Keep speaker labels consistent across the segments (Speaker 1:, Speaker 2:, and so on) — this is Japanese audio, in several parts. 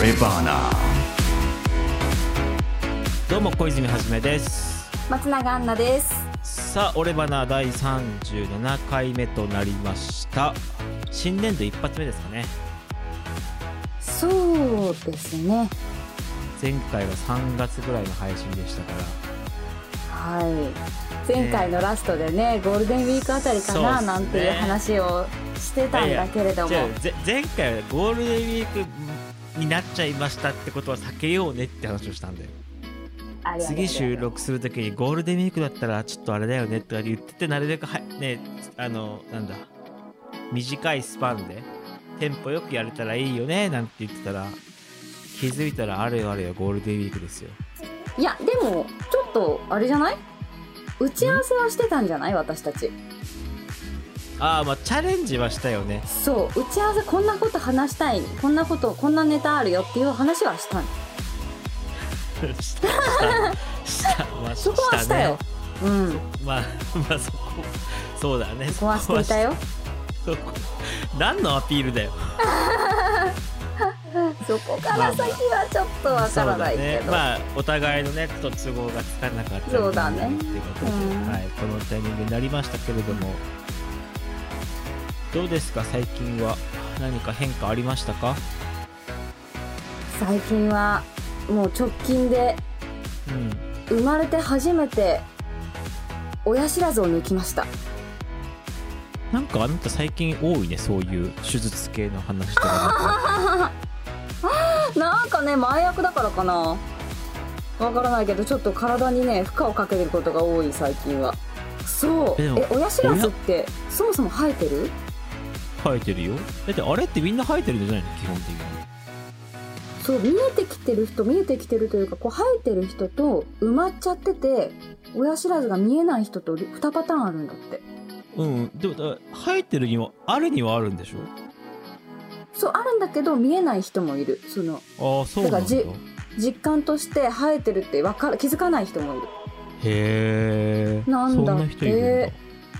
Speaker 1: 俺バナ
Speaker 2: どうも小泉はじめです
Speaker 3: 松永アンナです。
Speaker 2: さあ俺バナ第37回目となりました新年度一発目ですかね
Speaker 3: そうですね。
Speaker 2: 前回は3月ぐらいの配信でしたから
Speaker 3: はい。前回のラストでね、ゴールデンウィークあたりか
Speaker 2: そうっす
Speaker 3: な
Speaker 2: ね
Speaker 3: なんていう話をしてたんだけれども
Speaker 2: いやい、や違うぜ前回はゴールデンウィークになっちゃいましたってことは避けようねって話をしたんだよ
Speaker 3: あれあれあれ
Speaker 2: 次収録するときにゴールデンウィークだったらちょっとあれだよねとか言っててなるべくはねあのなんだ短いスパンでテンポよくやれたらいいよねなんて言ってたら気づいたらあれよあれよゴールデンウィークですよ
Speaker 3: いや、でも、ちょっと、あれじゃない打ち合わせはしてたんじゃない私たち。
Speaker 2: ああまあチャレンジはしたよね
Speaker 3: そう、打ち合わせこんなこと話したい、こんなこと、こんなネタあるよっていう話はしたん
Speaker 2: したしたしたまあ
Speaker 3: そこはしたよ。うん。
Speaker 2: まあまあそこそうだね
Speaker 3: そこはしていたよ。
Speaker 2: そこ何のアピールだよ
Speaker 3: そこから先はちょっとわからないけ
Speaker 2: そうだね
Speaker 3: ど。
Speaker 2: まあお互いのねちょっと都合がつかなかったり
Speaker 3: そうだね
Speaker 2: っていうことで、
Speaker 3: うん
Speaker 2: はい、このタイミングになりましたけれどもどうですか最近は何か変化ありましたか、
Speaker 3: 最近は、もう直近で
Speaker 2: うん、
Speaker 3: 生まれて初めて親知らずを抜きました
Speaker 2: なんかあなた最近多いねそういう手術系の話と か
Speaker 3: なんかね麻薬だからかなわからないけどちょっと体にね負荷をかけてることが多い最近はそう
Speaker 2: でも
Speaker 3: え親知らずってそもそも生えてる
Speaker 2: 生えてるよだってあれってみんな生えてるんじゃないの基本的に
Speaker 3: そう見えてきてる人見えてきてるというかこう生えてる人と埋まっちゃってて親知らずが見えない人と2パターンあるんだって
Speaker 2: うんでもだから生えてるにはあるにはあるんでし
Speaker 3: そうあるんだけど見えない人もいるその
Speaker 2: ょああそうなんだ
Speaker 3: だからじ実感として生えてるってわかる気づかない人もいる
Speaker 2: へえ
Speaker 3: なんだ
Speaker 2: そんな人いるんだ
Speaker 3: って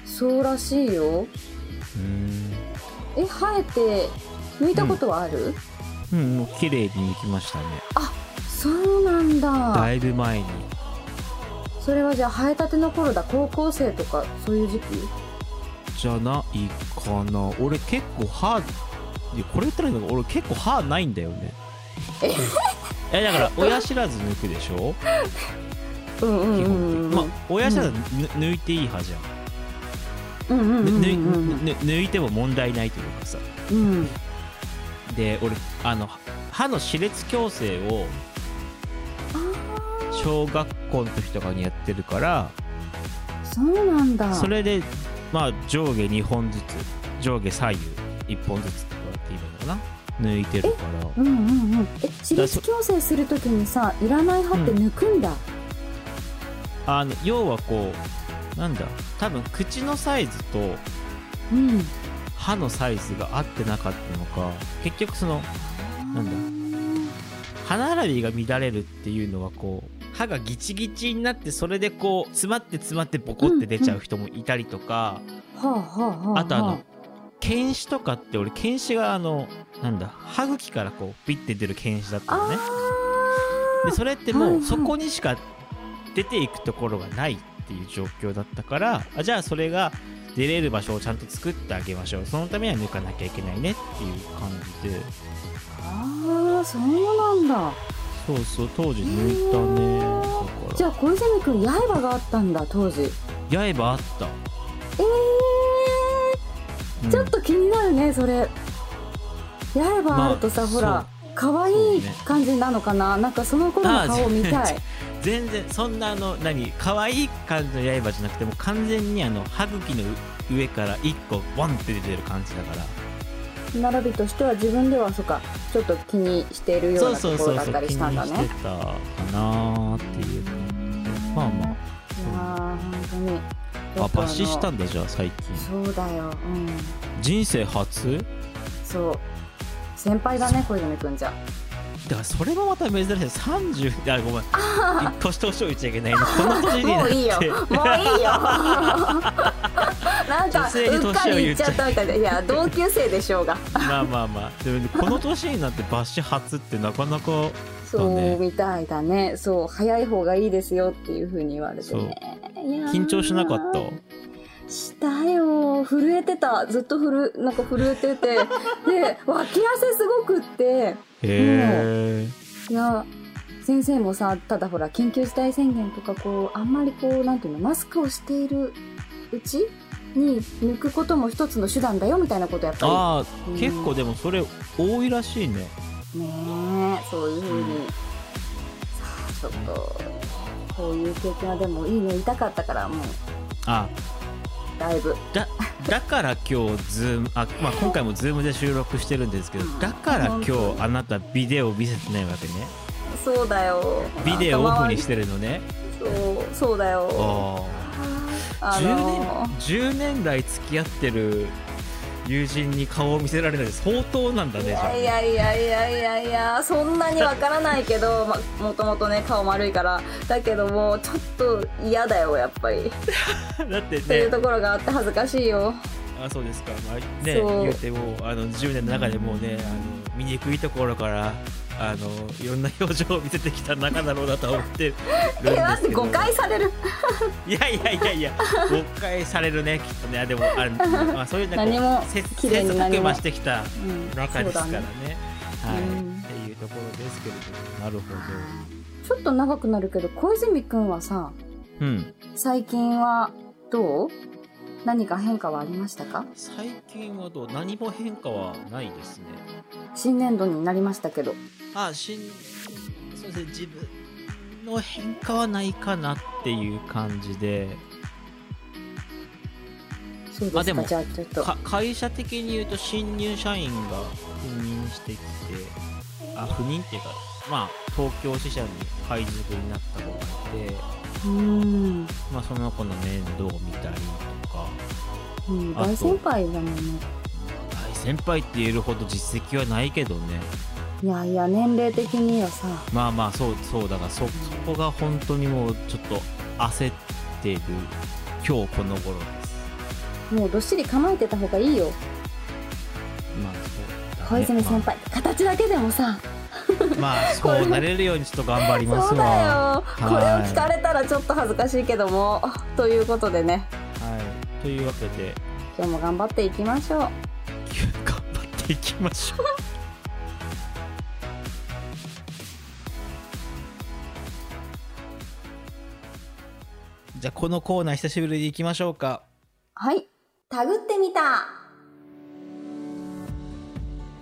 Speaker 3: そうらしいよ
Speaker 2: うん
Speaker 3: え生えて抜いたことはある、
Speaker 2: うん、もう綺麗に抜きましたね。
Speaker 3: そうなんだ
Speaker 2: だいぶ前に。
Speaker 3: それはじゃあ生えたての頃だ高校生とかそういう時期
Speaker 2: じゃないかな。俺結構歯、いやこれ言ったらいいのか、俺結構歯ないんだよね。え、だから親知らず抜くでしょ
Speaker 3: うんう
Speaker 2: 基
Speaker 3: んうん
Speaker 2: 本的に。
Speaker 3: うん
Speaker 2: まあ、親知らずぬ抜いていい歯じゃん。
Speaker 3: うんうん
Speaker 2: ぬ
Speaker 3: うん
Speaker 2: ぬ
Speaker 3: うんうん
Speaker 2: ぬ抜いても問題ないというかさ。
Speaker 3: うん
Speaker 2: で、俺、あの、歯の歯列矯正を
Speaker 3: あ
Speaker 2: 小学校の時とかにやってるから、
Speaker 3: ーそうなんだ
Speaker 2: それで、まあ、上下2本ずつ上下左右1本ずつとかって言えばいいのかな抜いてるから
Speaker 3: うんうんうんえ自律矯正するときにさいらない歯って抜くんだ、
Speaker 2: あの要はこうなんだ多分口のサイズと
Speaker 3: うん
Speaker 2: 歯のサイズが合ってなかったのか結局その
Speaker 3: なんだ
Speaker 2: 歯並びが乱れるっていうのはこう歯がギチギチになってそれでこう詰まって詰まってボコって出ちゃう人もいたりとか、
Speaker 3: はあはあはあは
Speaker 2: あとあの犬歯とかって俺犬歯があのなんだ歯茎からこうビッて出る犬歯だったのね
Speaker 3: あ
Speaker 2: でそれって
Speaker 3: はい
Speaker 2: も
Speaker 3: は
Speaker 2: う
Speaker 3: い
Speaker 2: そこにしか出ていくところがないっていう状況だったからあじゃあそれが出れる場所をちゃんと作ってあげましょうそのためには抜かなきゃいけないねっていう感じで
Speaker 3: ーあーそうなんだ
Speaker 2: そうそう当時抜いたね
Speaker 3: へー
Speaker 2: だ
Speaker 3: じ
Speaker 2: か
Speaker 3: ゃあ小泉君刃があったんだ当時え
Speaker 2: ら刃あった、う
Speaker 3: え
Speaker 2: ん
Speaker 3: ちょっと気になるねそれ刃あるとさ、
Speaker 2: まあ
Speaker 3: ほら可愛い感じなのかな、なんかその頃の顔を見たい
Speaker 2: 全然そんなあの何可愛い感じの刃じゃなくてもう完全にあの歯茎の上から1個ボンって出てる感じだから
Speaker 3: 並びとしては自分ではそうかちょっと気にしているよ
Speaker 2: そううそ
Speaker 3: なと
Speaker 2: う
Speaker 3: こ
Speaker 2: そ
Speaker 3: ろ
Speaker 2: う
Speaker 3: だ
Speaker 2: そ
Speaker 3: っ
Speaker 2: う
Speaker 3: たり
Speaker 2: 気
Speaker 3: したんだ
Speaker 2: にして
Speaker 3: ね
Speaker 2: たかなーっていう感じでまあまあ
Speaker 3: いやー本当に
Speaker 2: あ抜歯した
Speaker 3: の
Speaker 2: んだじゃあ最近
Speaker 3: そうだようん
Speaker 2: 人生初
Speaker 3: そう先輩だね小泉君じゃ
Speaker 2: だからそれもまた珍しい30あごめん年としを言っちゃいけないのこの年にな
Speaker 3: も
Speaker 2: っ
Speaker 3: う
Speaker 2: て
Speaker 3: いいよもういいよなんか
Speaker 2: 学生に
Speaker 3: うっか
Speaker 2: 年を
Speaker 3: り
Speaker 2: 言
Speaker 3: 言
Speaker 2: っ
Speaker 3: っ
Speaker 2: ち
Speaker 3: ち
Speaker 2: ゃ
Speaker 3: ゃ
Speaker 2: っ
Speaker 3: ったたみたいないや同級生でしょうが
Speaker 2: まあまあまあでもねこの年になってバシ初ってなかなか
Speaker 3: そう
Speaker 2: だね
Speaker 3: みたいだねそう早い方がいいですよっていうふうに言われてねいやー
Speaker 2: 緊張しなかった
Speaker 3: したよ震えてたずっとふるなんか震えててで脇汗すごくって
Speaker 2: へえ
Speaker 3: いや先生もさただほら緊急事態宣言とかこうあんまりこうなんていうのマスクをしているうちに抜くことも一つの手段だよみたいなことやっぱ
Speaker 2: ああ
Speaker 3: うん
Speaker 2: 結構でもそれ多いらしいね
Speaker 3: りねえそういうふうに、さあちょっとこういう経験はでもいいね痛かったからもう
Speaker 2: あ
Speaker 3: だいぶ
Speaker 2: だだから今日ズームあ、まあ、今回もズームで収録してるんですけどだから今日あなたビデオ見せてないわけね
Speaker 3: そうだよ
Speaker 2: ビデオオフにしてるのね
Speaker 3: そうそうだよ
Speaker 2: ああ
Speaker 3: あの
Speaker 2: 10年10年来付き合ってる友人に顔を見せられないです相当なんだね
Speaker 3: い
Speaker 2: じゃあ
Speaker 3: やい
Speaker 2: ね
Speaker 3: やいやいやいやいやそんなにわからないけど、ま、もともとね顔丸いからだけどもちょっと嫌だよやっぱり、
Speaker 2: だって
Speaker 3: とい
Speaker 2: ね
Speaker 3: うところがあって恥ずかしいよ
Speaker 2: あそうですか、まあ、ね
Speaker 3: そう
Speaker 2: 言うてもあの10年の中でもうねあの醜いところからあのいろんな表情を見せてきた仲だろうなとは思ってるんですけ
Speaker 3: え
Speaker 2: ど
Speaker 3: 待って誤解される
Speaker 2: いやいやいやいや誤解されるねきっとねあでもあれ、 まあ、そういうねこう
Speaker 3: 何も
Speaker 2: せ
Speaker 3: 綺麗
Speaker 2: 切
Speaker 3: に
Speaker 2: 磋
Speaker 3: 何も
Speaker 2: 琢磨してきた
Speaker 3: うん
Speaker 2: 中ですから
Speaker 3: そう
Speaker 2: ね
Speaker 3: だね
Speaker 2: はい、
Speaker 3: うん
Speaker 2: っていうところですけれどもなるほ
Speaker 3: ちょっと長くなるけど小泉くんはさ
Speaker 2: どうん
Speaker 3: 最近はどう何か変化はありましたか
Speaker 2: 最近はどう何も変化はないですね
Speaker 3: 新年度になりましたけど
Speaker 2: あしんそうですね自分の変化はないかなっていう感じで
Speaker 3: そう
Speaker 2: まあ
Speaker 3: で
Speaker 2: ですも
Speaker 3: かじゃあちょっと
Speaker 2: か会社的に言うと新入社員が赴任してきてあ赴任っていうかまあ東京支社に配属になった子がいて、
Speaker 3: うん、
Speaker 2: まあ、その子の面倒を見たりとか
Speaker 3: うん、
Speaker 2: あと
Speaker 3: 大先輩だもんね
Speaker 2: 大先輩って言えるほど実績はないけどね
Speaker 3: いやいや年齢的にはさ
Speaker 2: まあまあそうそうだからそそこが本当にもうちょっと焦ってる今日この頃です
Speaker 3: もうどっしり構えてた方がいいよ
Speaker 2: まあそうだね
Speaker 3: 小泉先輩、形だけでもさ
Speaker 2: まあ、まあそうなれるようにちょっと頑張りますわ
Speaker 3: そうだよこれを
Speaker 2: はい
Speaker 3: 聞かれたらちょっと恥ずかしいけどもということでね
Speaker 2: はい、というわけで
Speaker 3: 今日も頑張っていきましょう
Speaker 2: 頑張っていきましょう じゃあこのコーナー久しぶりに行きましょうか
Speaker 3: はいタグってみた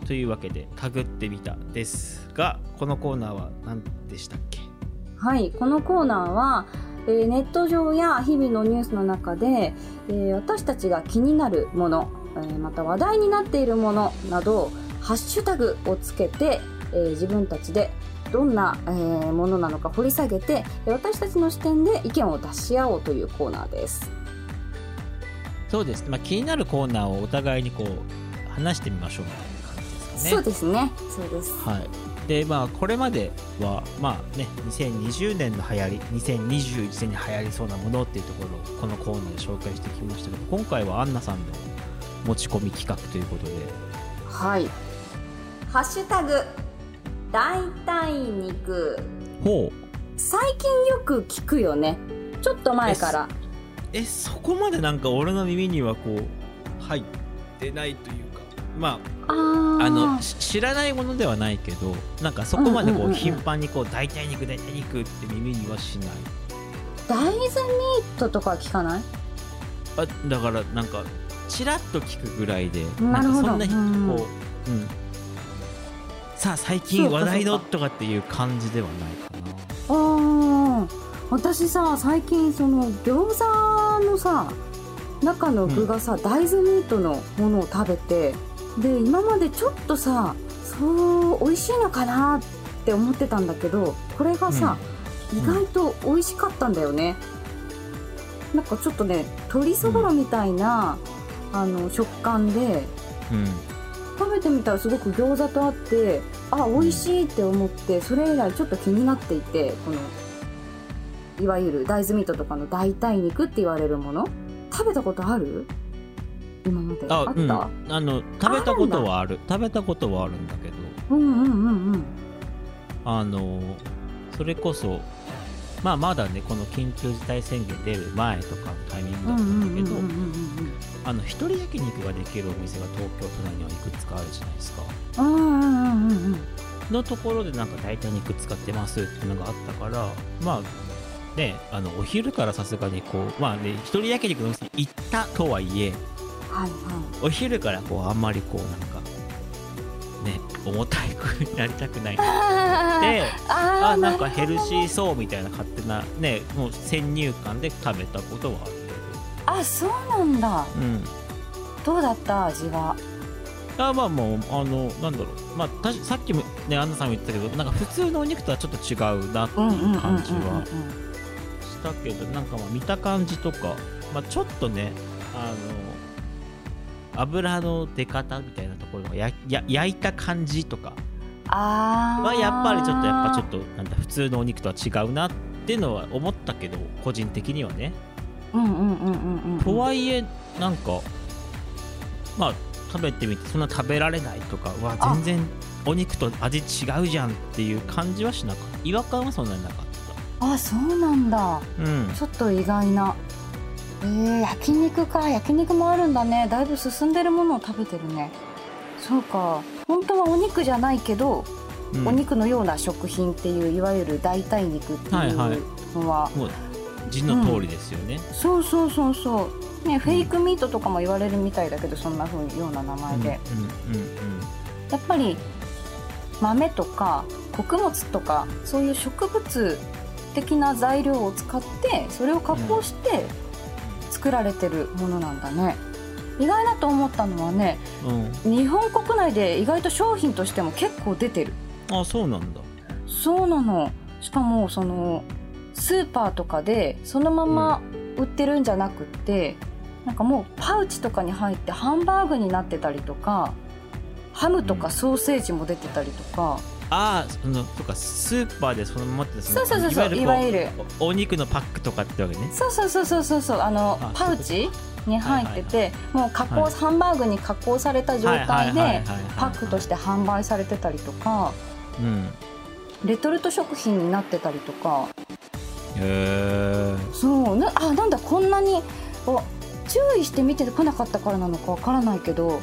Speaker 2: というわけで「タグってみた」ですがこのコーナーは何でしたっけ
Speaker 3: はいこのコーナーは、えーネット上や日々のニュースの中で、えー私たちが気になるもの、えーまた話題になっているものなどハッシュタグをつけて、えー自分たちでどんな、えーものなのか掘り下げて私たちの視点で意見を出し合おうというコーナーです。
Speaker 2: そうです、まあ、気になるコーナーをお互いにこう話してみましょうみたいな感じですかね
Speaker 3: そうですね。そうです。
Speaker 2: はい、でまあこれまではまあね2020年の流行り2021年に流行りそうなものっていうところをこのコーナーで紹介してきましたけど今回はアンナさんの持ち込み企画ということで
Speaker 3: はい。ハッシュタグ代替肉。
Speaker 2: ほう
Speaker 3: 最近よく聞くよね。ちょっと前から。
Speaker 2: えそこまでなんか俺の耳にはこう入ってないというかま
Speaker 3: あ
Speaker 2: あ
Speaker 3: ー
Speaker 2: あのし知らないものではないけどなんかそこまで
Speaker 3: うん
Speaker 2: こ
Speaker 3: うんうん
Speaker 2: う
Speaker 3: うん
Speaker 2: 頻繁にこう代替肉代替肉って耳にはしない
Speaker 3: 大豆ミートとかは聞かない？
Speaker 2: あだからなんかちらっと聞くぐらいで
Speaker 3: なるほど
Speaker 2: んかそんなにこう、うんさあ最近
Speaker 3: そうか
Speaker 2: 話題の
Speaker 3: そうか
Speaker 2: とかっていう感じではないかな
Speaker 3: ああ。私さ最近その餃子のさ中の具がさ、大豆ミートのものを食べてで今までちょっとさそう美味しいのかなって思ってたんだけどこれがさ、
Speaker 2: うん
Speaker 3: 意外と美味しかったんだよね、なんかちょっとね鶏そぼろみたいな、あの食感で
Speaker 2: うん、
Speaker 3: 食べてみたらすごく餃子とあってあ美味しいって思ってそれ以来ちょっと気になっていてこのいわゆる大豆ミートとかの代替肉って言われるもの食べたことある
Speaker 2: あ
Speaker 3: あっ
Speaker 2: うん、
Speaker 3: た
Speaker 2: あの食べたことはある食べたことはあるんだけど
Speaker 3: うんうんうんうん
Speaker 2: あのそれこそまあまだねこの緊急事態宣言出る前とかのタイミング
Speaker 3: う
Speaker 2: だ
Speaker 3: ん
Speaker 2: った
Speaker 3: うん
Speaker 2: んだ
Speaker 3: うん
Speaker 2: けど、
Speaker 3: うんうん
Speaker 2: あの一人焼肉ができるお店が東京都内にはいくつかあるじゃないですか
Speaker 3: うんうんうんうんうん
Speaker 2: のところでなんか代替肉使ってますっていうのがあったからまあねあのお昼からさすがにこうまあね一人焼肉のお店に行ったとはいえ
Speaker 3: はいはい
Speaker 2: お昼からこうあんまりこうなんかね重たい風になりたくない
Speaker 3: あー
Speaker 2: で
Speaker 3: あ
Speaker 2: あ
Speaker 3: ー
Speaker 2: なんか
Speaker 3: る
Speaker 2: ヘルシーそうみたいな勝手なねもう先入観で食べたことはある
Speaker 3: あそうなんだ
Speaker 2: けど、うん、
Speaker 3: どうだった味は
Speaker 2: あまあもうあのなんだろうまあたしさっきもねアンナさんも言ってたけどなんか普通のお肉とはちょっと違うなって
Speaker 3: うんうんうんうんうん
Speaker 2: いう感じはしたけどなんかまあ見た感じとか、まあ、ちょっとねあの油の出方みたいなところがやや焼いた感じとか
Speaker 3: あー
Speaker 2: はやっぱりちょっとやっぱちょっとなんだ普通のお肉とは違うなっていうのは思ったけど個人的にはね。
Speaker 3: うんうんうんうんうん
Speaker 2: とはいえなんかまあ食べてみてそんな食べられないとかは
Speaker 3: あ
Speaker 2: 全然お肉と味違うじゃんっていう感じはしなかった違和感はそんなになかっ
Speaker 3: あそうなんだ
Speaker 2: たうん
Speaker 3: ちょっと意外なえー、焼肉か焼肉もあるんだねだいぶ進んでるものを食べてるねそうか本当はお肉じゃないけど、
Speaker 2: うん
Speaker 3: お肉のような食品っていういわゆる代替肉っていうのは、
Speaker 2: はいはいもう字の通りですよね、
Speaker 3: そうそうそうそうねフェイクミートとかも言われるみたいだけどそんな風にような名
Speaker 2: うん、
Speaker 3: 前
Speaker 2: うんうん
Speaker 3: で、やっぱり豆とか穀物とかそういう植物的な材料を使ってそれを加工して作られてるものなんだね、意外だと思ったのはね
Speaker 2: うんうん
Speaker 3: 日本国内で意外と商品としても結構出てる
Speaker 2: あそうなんだ
Speaker 3: そうなのしかもそのスーパーとかでそのまま売ってるんじゃなくって、なんかもうパウチとかに入ってハンバーグになってたりとかハムと
Speaker 2: う
Speaker 3: か
Speaker 2: ん
Speaker 3: ソーセージも出てたりとか、
Speaker 2: ああそのとかスーパーでそのままってその
Speaker 3: そうそうそうそう
Speaker 2: い
Speaker 3: い
Speaker 2: わ
Speaker 3: わ
Speaker 2: ゆ
Speaker 3: ゆ
Speaker 2: る
Speaker 3: る
Speaker 2: こうおお肉のパックとかってわけね
Speaker 3: そうそうそうそうそうそうあの
Speaker 2: あ
Speaker 3: パウチに入ってて、もう加工、
Speaker 2: はい、
Speaker 3: ハンバーグに加工された状態でパックとしてて販売されてたりとか
Speaker 2: うん、へ
Speaker 3: レトルト食品になってたりとか
Speaker 2: え
Speaker 3: そうなあなんだこんなにお注意して見てこなかったからなのかわからないけど
Speaker 2: うん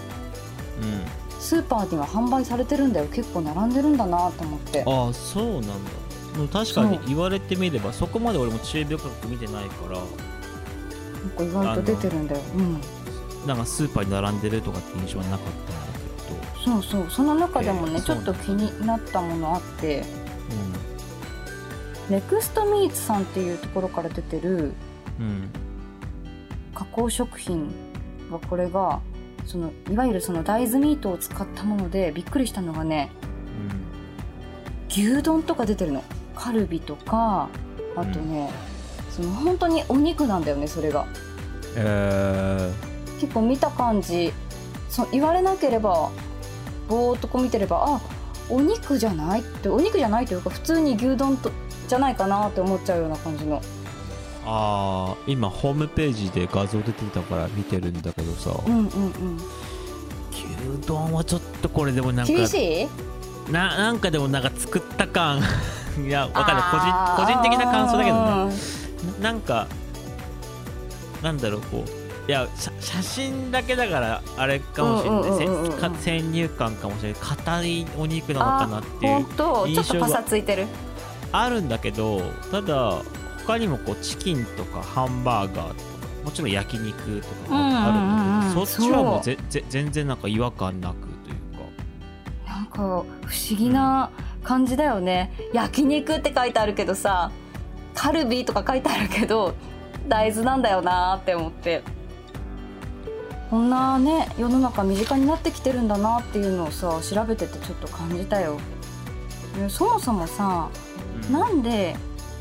Speaker 3: スーパーには販売されてるんだよ結構並んでるんだなと思って
Speaker 2: ああそうなんだでも確かに
Speaker 3: そう
Speaker 2: 言われてみればそこまで俺も注意深く見てないから
Speaker 3: なんか意外と出てるんだよ、うん、
Speaker 2: なんかスーパーに並んでるとかって印象はなかったんだ
Speaker 3: そうそうその中でもね、
Speaker 2: えー
Speaker 3: ちょっと
Speaker 2: そう
Speaker 3: 気になったものあってネクストミーツさんっていうところから出てる
Speaker 2: けどうんうん
Speaker 3: 加工食品はこれがそのいわゆるその大豆ミートを使ったものでびっくりしたのがね牛丼とか出てるのカルビとかあとね、その本当にお肉なんだよねそれが
Speaker 2: うんえ
Speaker 3: 結構見た感じそう言われなければぼーっとこう見てればあお肉じゃないってお肉じゃないというか普通に牛丼とじゃないかなって思っちゃうような感じの
Speaker 2: ー、ああ今ホームページで画像出てたから見てるんだけどさ
Speaker 3: うんうんうん
Speaker 2: 牛丼はちょっとこれでもなんか
Speaker 3: 厳しい
Speaker 2: ななんかでもなんか作った感 いやわかる
Speaker 3: あ
Speaker 2: 個
Speaker 3: ー
Speaker 2: 人個人的な感想だけどね
Speaker 3: うん
Speaker 2: なんかなんだろうこういや写写真だけだからあれかもしれ
Speaker 3: うんうんうんうんうん
Speaker 2: ないせか先入観かもしれない硬いお肉なのかなってい
Speaker 3: 本
Speaker 2: う
Speaker 3: 当ちょっと
Speaker 2: 印象が
Speaker 3: パサついてる
Speaker 2: あるんだけどただ他にもこうチキンとかハンバーガーとかもちろん焼肉とかあるんだけど、
Speaker 3: うんうんうんうん
Speaker 2: そっちはもうぜぜ全然なんか違和感なくというか
Speaker 3: なんか不思議な感じだよね、焼肉って書いてあるけどさカルビとか書いてあるけど大豆なんだよなーって思ってこんなね世の中身近になってきてるんだなっていうのをさ調べててちょっと感じたよねそもそもさ
Speaker 2: うん
Speaker 3: なんで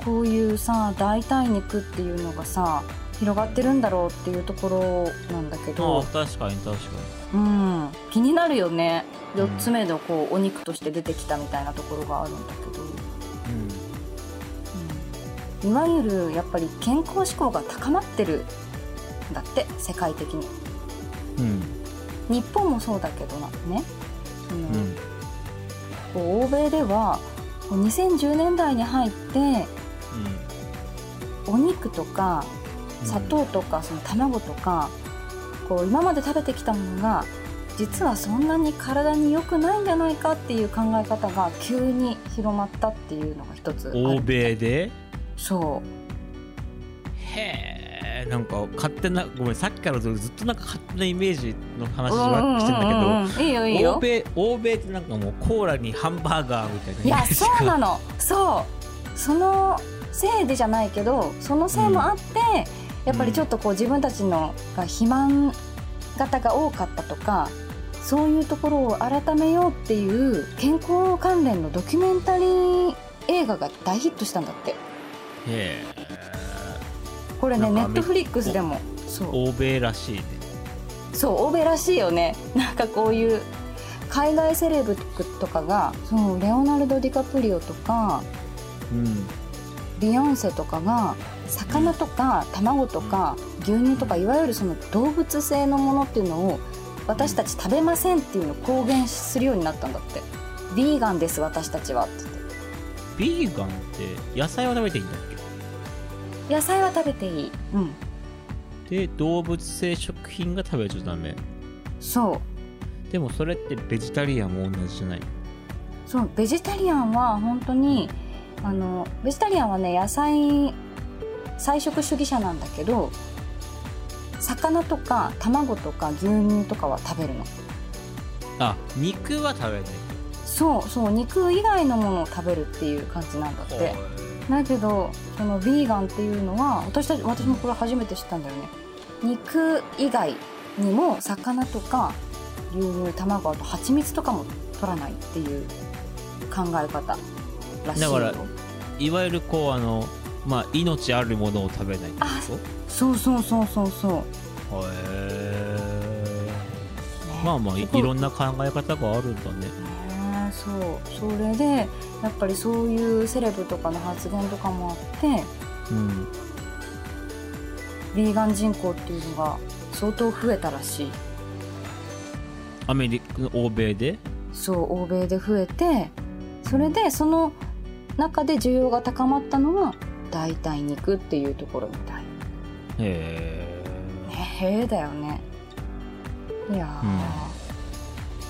Speaker 3: こういうさ代替肉っていうのがさ広がってるんだろうっていうところなんだけ
Speaker 2: あ
Speaker 3: ど
Speaker 2: あ確かに確かに
Speaker 3: うん、気になるよね
Speaker 2: うん
Speaker 3: 4つ目のこうお肉として出てきたみたいなところがあるんだけど、いわゆるやっぱり健康志向が高まってるんだって世界的に
Speaker 2: うん、うん
Speaker 3: 日本もそうだけどなね、その
Speaker 2: うん
Speaker 3: こう欧米ではこう2010年代に入ってお肉とか
Speaker 2: うん
Speaker 3: 砂糖とかその卵とかこう今まで食べてきたものが実はそんなに体に良くないんじゃないかっていう考え方が急に広まったっていうのが一つあ
Speaker 2: 欧
Speaker 3: る
Speaker 2: 米で
Speaker 3: そ
Speaker 2: へえんか勝手なごめんさっきからずっとなんか勝手なイメージの
Speaker 3: う
Speaker 2: 話
Speaker 3: うんう
Speaker 2: ばっかしてんだけど、
Speaker 3: んうんうんいいよいい
Speaker 2: 欧
Speaker 3: よ
Speaker 2: 米欧米ってなんかもうコーラにハンバーガーみたいないイメ
Speaker 3: や
Speaker 2: ージ
Speaker 3: そうな
Speaker 2: が
Speaker 3: のそうそのせいでじゃないけどそのせいもあって、やっぱりちょっとこう自分たちのが肥満型が多かったとかそういうところを改めようっていう健康関連のドキュメンタリー映画が大ヒットしたんだって
Speaker 2: へえ
Speaker 3: これねネ
Speaker 2: なんかア
Speaker 3: ッ
Speaker 2: メ
Speaker 3: トフリックスでもそ
Speaker 2: 欧米らしいね
Speaker 3: うそう欧米らしいよね なんかこういう海外セレブとかがそうレオナルド・ディカプリオとか
Speaker 2: うん
Speaker 3: ビヨンセとかが魚とか卵とか牛乳とかいわゆるその動物性のものっていうのを私たち食べませんっていうのを公言するようになったんだって「ビーガンです私たちは」って言っ
Speaker 2: ビーガンって野菜は食べていいんだっ
Speaker 3: て野菜は食べていいうん
Speaker 2: けで動物性食品が食べちゃダメ
Speaker 3: そう
Speaker 2: でもそれってベジタリアンも同じじゃない
Speaker 3: そうベジタリアンは本当にあのベジタリアンはね野菜菜食主義者なんだけど魚とか卵とか牛乳とかは食べるの
Speaker 2: あ肉は食べない
Speaker 3: そうそう肉以外のものを食べるっていう感じなんだって
Speaker 2: ほ
Speaker 3: だけどそのヴィーガンっていうのは私たち私もこれ初めて知ったんだよね肉以外にも魚とか牛乳卵あと蜂蜜とかも取らないっていう考え方らしいよ
Speaker 2: だからいわゆるこうあのまあ命あるものを食べないってこ
Speaker 3: そうそうそうそうそう
Speaker 2: とへ
Speaker 3: ね
Speaker 2: えまあまあい
Speaker 3: すご
Speaker 2: いろんな考え方があるんだね
Speaker 3: ねそうそれでやっぱりそういうセレブとかの発言とかもあって
Speaker 2: うん
Speaker 3: ヴィーガン人口っていうのが相当増えたらしい
Speaker 2: アメリカ欧米で
Speaker 3: そう欧米で増えてそれでその中で需要が高まったのは代替肉っていうところみたい
Speaker 2: へえ
Speaker 3: ねへえだよねいや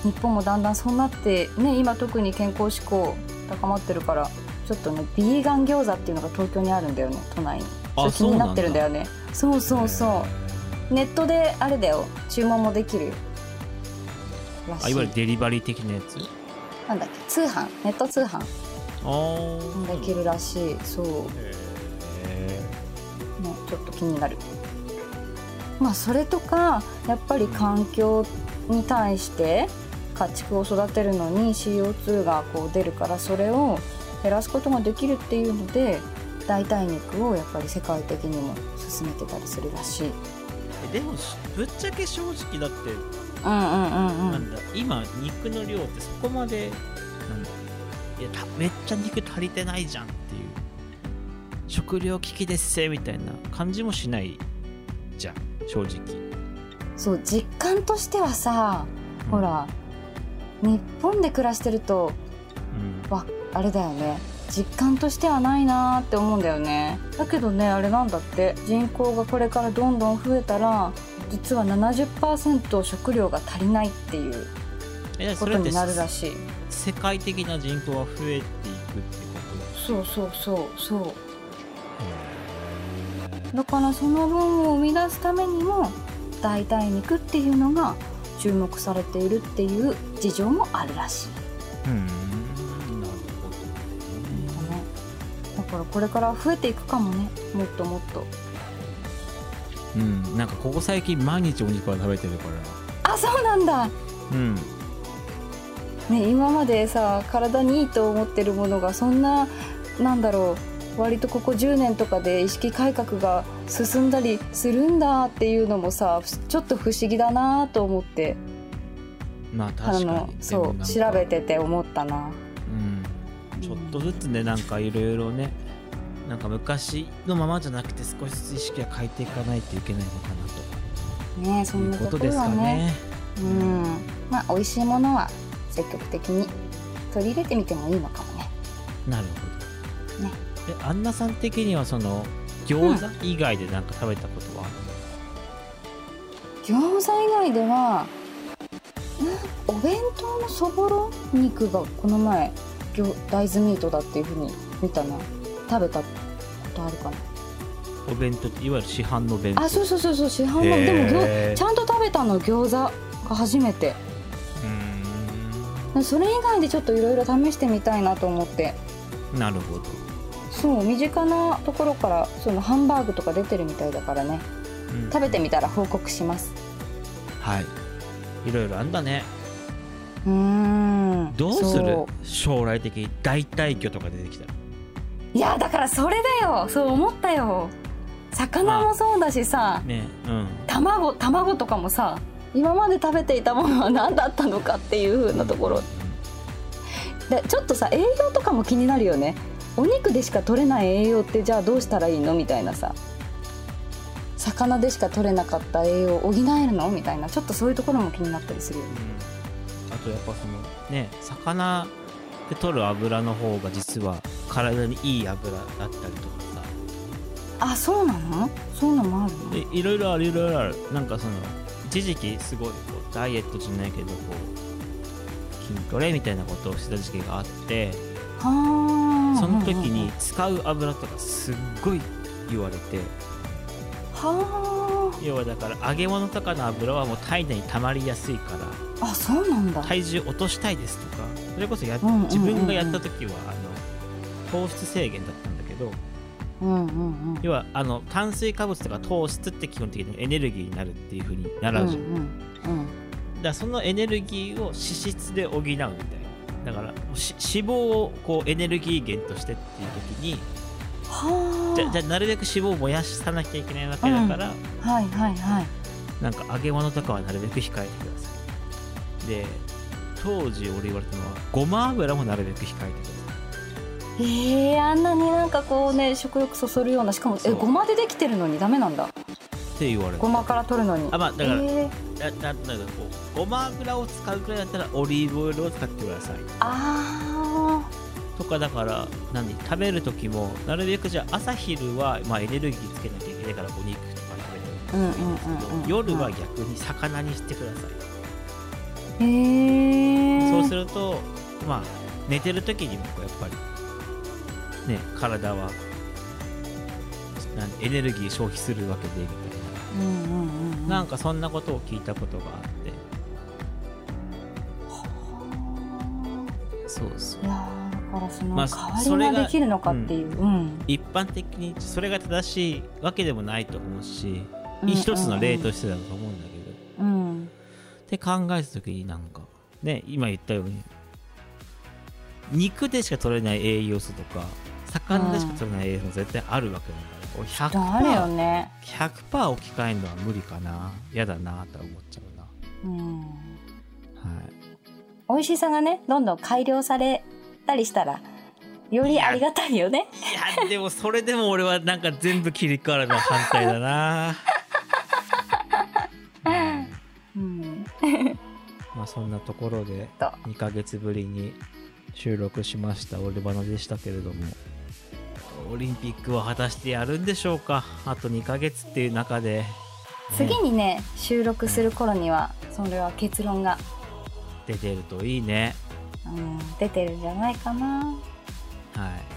Speaker 3: ー、日本もだんだんそうなってね今特に健康志向高まってるからちょっとねビーガン餃子っていうのが東京にあるんだよね都内に
Speaker 2: あ
Speaker 3: 気になってるんだよねそうそうそ
Speaker 2: へ
Speaker 3: うネットであれだよ注文もできるよら
Speaker 2: ーあ
Speaker 3: し
Speaker 2: いわゆ
Speaker 3: い
Speaker 2: るデリバリー的なやつ
Speaker 3: なんだっけ通販ネット通販
Speaker 2: あー
Speaker 3: できるらしいそう
Speaker 2: へ
Speaker 3: ねちょっと気になるまあそれとかやっぱり環境に対して家畜を育てるのに CO2 がこう出るからそれを減らすことができるっていうので代替肉をやっぱり世界的にも進めてたりするらしい
Speaker 2: えでもしぶっちゃけ正直だって
Speaker 3: うんうんうんう
Speaker 2: なんんだ今肉の量ってそこまでなんだいやためっちゃ肉足りてないじゃんっていう食料危機ですせみたいな感じもしないじゃん正直
Speaker 3: そう実感としてはさほ、ら日本で暮らしてると
Speaker 2: うん
Speaker 3: わあれだよね実感としてはないなーって思うんだよねだけどねあれなんだって人口がこれからどんどん増えたら実は70%食料が足りないっていう
Speaker 2: えそ
Speaker 3: こ
Speaker 2: れ
Speaker 3: と
Speaker 2: って
Speaker 3: になるらしい
Speaker 2: 世界的な人口は増えていくって
Speaker 3: そうそうそうそう
Speaker 2: こと
Speaker 3: だからその分を生み出すためにも代替肉っていうのが注目されているっていう事情もあるらしい
Speaker 2: うんなるほ
Speaker 3: んだねだからこれから増えていくかもねもっともっと
Speaker 2: どねうんなんかここ最近毎日お肉は食べてるから
Speaker 3: あそうなんだ
Speaker 2: うん
Speaker 3: ね、今までさ体にいいと思ってるものがそんななんだろう割とここ10年とかで意識改革が進んだりするんだっていうのもさちょっと不思議だなと思って
Speaker 2: まあ
Speaker 3: あ
Speaker 2: 確か
Speaker 3: の
Speaker 2: にで
Speaker 3: そ
Speaker 2: も
Speaker 3: う
Speaker 2: なんか
Speaker 3: 調べてて思ったな
Speaker 2: うんちょっとずつねなんかいろいろねなんか昔のままじゃなくて少しずつ意識は変えていかないといけないのかな
Speaker 3: ねそ
Speaker 2: と
Speaker 3: ん
Speaker 2: い
Speaker 3: な
Speaker 2: うこと
Speaker 3: こ
Speaker 2: で
Speaker 3: ろ
Speaker 2: す
Speaker 3: は
Speaker 2: か
Speaker 3: ね
Speaker 2: ね。
Speaker 3: うんまあ美味しいものは積極的に取り入れてみてもいいのかもね
Speaker 2: なるほど。
Speaker 3: ね
Speaker 2: え、アンナさん的にはその餃子以外でなんか食べたことはあるの、
Speaker 3: 餃子以外ではうんお弁当のそぼろ肉がこの前餃大豆ミートだっていうふうに見たな食べたことあるかな
Speaker 2: お弁当っていわゆる市販の弁当。
Speaker 3: あそうそうそうそう市販の
Speaker 2: へ
Speaker 3: でも
Speaker 2: ー
Speaker 3: 餃ちゃんと食べたの餃子が初めて
Speaker 2: うー
Speaker 3: それ以外でちょっといろいろ試してみたいなと思って
Speaker 2: んなるほど。
Speaker 3: そう身近なところからそのハンバーグとか出てるみたいだからね
Speaker 2: うん
Speaker 3: 食べてみたら報告します
Speaker 2: はい。いろいろあんだね。
Speaker 3: うーん
Speaker 2: どうする
Speaker 3: そ
Speaker 2: 将来的に代替魚とか出てきたら。
Speaker 3: ういやだからそれだよそう思ったよ魚もそうだしさ
Speaker 2: ね。うん。
Speaker 3: 卵卵とかもさ今まで食べていたものは何だったのかっていう風なところでちょっとさ栄養とかも気になるよねお肉でしか取れない栄養ってじゃあどうしたらいいのみたいなさ魚でしか取れなかった栄養を補えるのみたいなちょっとそういうところも気になったりするよね
Speaker 2: うんあとやっぱそのね魚で取る油の方が実は体にいい油だったりとかさ
Speaker 3: あそうなのそういうのもあるの
Speaker 2: でいろいろあるいろいろあるなんかその一時期すごいこうダイエットじゃないけどこう筋トレみたいなことをしてた時期があって
Speaker 3: はあ
Speaker 2: その時に使う油とかすっごい言われて
Speaker 3: は
Speaker 2: 要はだから揚げ物とかの油はもう体内に溜まりやすいから
Speaker 3: ああそうなんだ
Speaker 2: 体重落としたいですとかそれこそや
Speaker 3: うんうんうんうん
Speaker 2: 自分がやった時はあの糖質制限だったんだけど
Speaker 3: うんうんうん
Speaker 2: 要はあの炭水化物とか糖質って基本的にエネルギーになるっていう風に習うじゃん、だか
Speaker 3: うんうんうん
Speaker 2: らそのエネルギーを脂質で補うみたいなだからし脂肪をこうエネルギー源としてっていう時に
Speaker 3: はあ
Speaker 2: じゃじゃあなるべく脂肪を燃やさなきゃいけないわけだから、
Speaker 3: はいはいはい
Speaker 2: なんか揚げ物とかはなるべく控えてくださいで当時俺言われたのはごま油もなるべく控えてください
Speaker 3: ええあんなになんかこうね食欲そそるようなしかもえ
Speaker 2: そう
Speaker 3: ごまでできてるのにダメなんだ
Speaker 2: って言われた
Speaker 3: ごまから取るのに
Speaker 2: あまあだから、
Speaker 3: えー
Speaker 2: なななんかこうごま油を使うくらいだったらオリーブオイルを使ってください
Speaker 3: あ
Speaker 2: とかだから何食べる時もなるべくじゃあ朝昼は、まあ、エネルギーつけなきゃいけないからお肉とか食べて
Speaker 3: あうんうんうん
Speaker 2: もいいんですけど、
Speaker 3: うんうん
Speaker 2: 夜は逆に魚にしてください、
Speaker 3: えー、
Speaker 2: そうする
Speaker 3: る
Speaker 2: とまあ寝てる時にもこうやっぱりね体はなんエネルギー消費するわけでみたい
Speaker 3: うんうんうんうん
Speaker 2: ななんかそんなことを聞いたことがあってそうそう
Speaker 3: いやーだからその
Speaker 2: まあそ
Speaker 3: 代わ
Speaker 2: れ
Speaker 3: り
Speaker 2: が
Speaker 3: ができるのかっていう、うん
Speaker 2: 一般的にそれが正しいわけでもないと思うし、
Speaker 3: うん
Speaker 2: 一つの例としてだと思うんだけど、
Speaker 3: うん
Speaker 2: って考えた時になんかね今言ったように肉でしか取れない栄養素とか魚でしか取れない栄養素絶対あるわけだから
Speaker 3: だあるよ
Speaker 2: 100%,、
Speaker 3: ね
Speaker 2: 100%置き換えるのは無理かな嫌だなとは思っちゃうな
Speaker 3: うん
Speaker 2: はい
Speaker 3: 美味しさがねどんどん改良されたりしたらよりありがたいよね
Speaker 2: いやでもそれでも俺はなんか全部切り替わるのは反対だ なうん
Speaker 3: うん
Speaker 2: まあそんなところで
Speaker 3: と
Speaker 2: 2ヶ月ぶりに収録しましたオルバナでしたけれどもオリンピックは果たしてやるんでしょうかあと2ヶ月っていう中で、ね
Speaker 3: 次にね収録する頃にはそれは結論が、
Speaker 2: 出てるといいね,、
Speaker 3: うん、出てるんじゃないかな
Speaker 2: は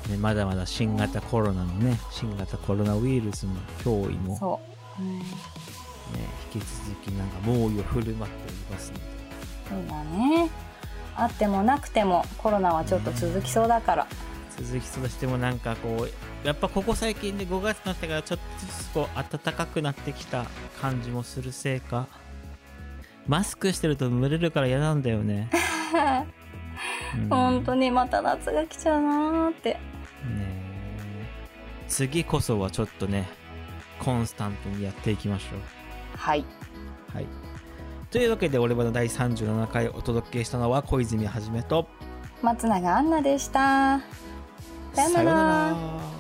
Speaker 2: い、ねまだまだ新型コロナのね新型コロナウイルスの脅威も、ね、
Speaker 3: そう、うん、
Speaker 2: 引き続きなんか猛威を振る舞っておりますので
Speaker 3: そうだねあってもなくてもコロナはちょっと続きそうだから、
Speaker 2: 鈴木さんとしてもなんかこうやっぱここ最近で5月になってからちょっとずつこう暖かくなってきた感じもするせいかマスクしてると蒸れるから嫌なんだよ ねうん
Speaker 3: 本当
Speaker 2: ね
Speaker 3: にまた夏が来ちゃうなーって
Speaker 2: え次こそはちょっとねコンスタントにやっていきましょ
Speaker 3: はい、
Speaker 2: うはいというわけで俺はの第37回お届けしたのは小泉はじめと
Speaker 3: 松永杏奈でした。さようなら
Speaker 2: ら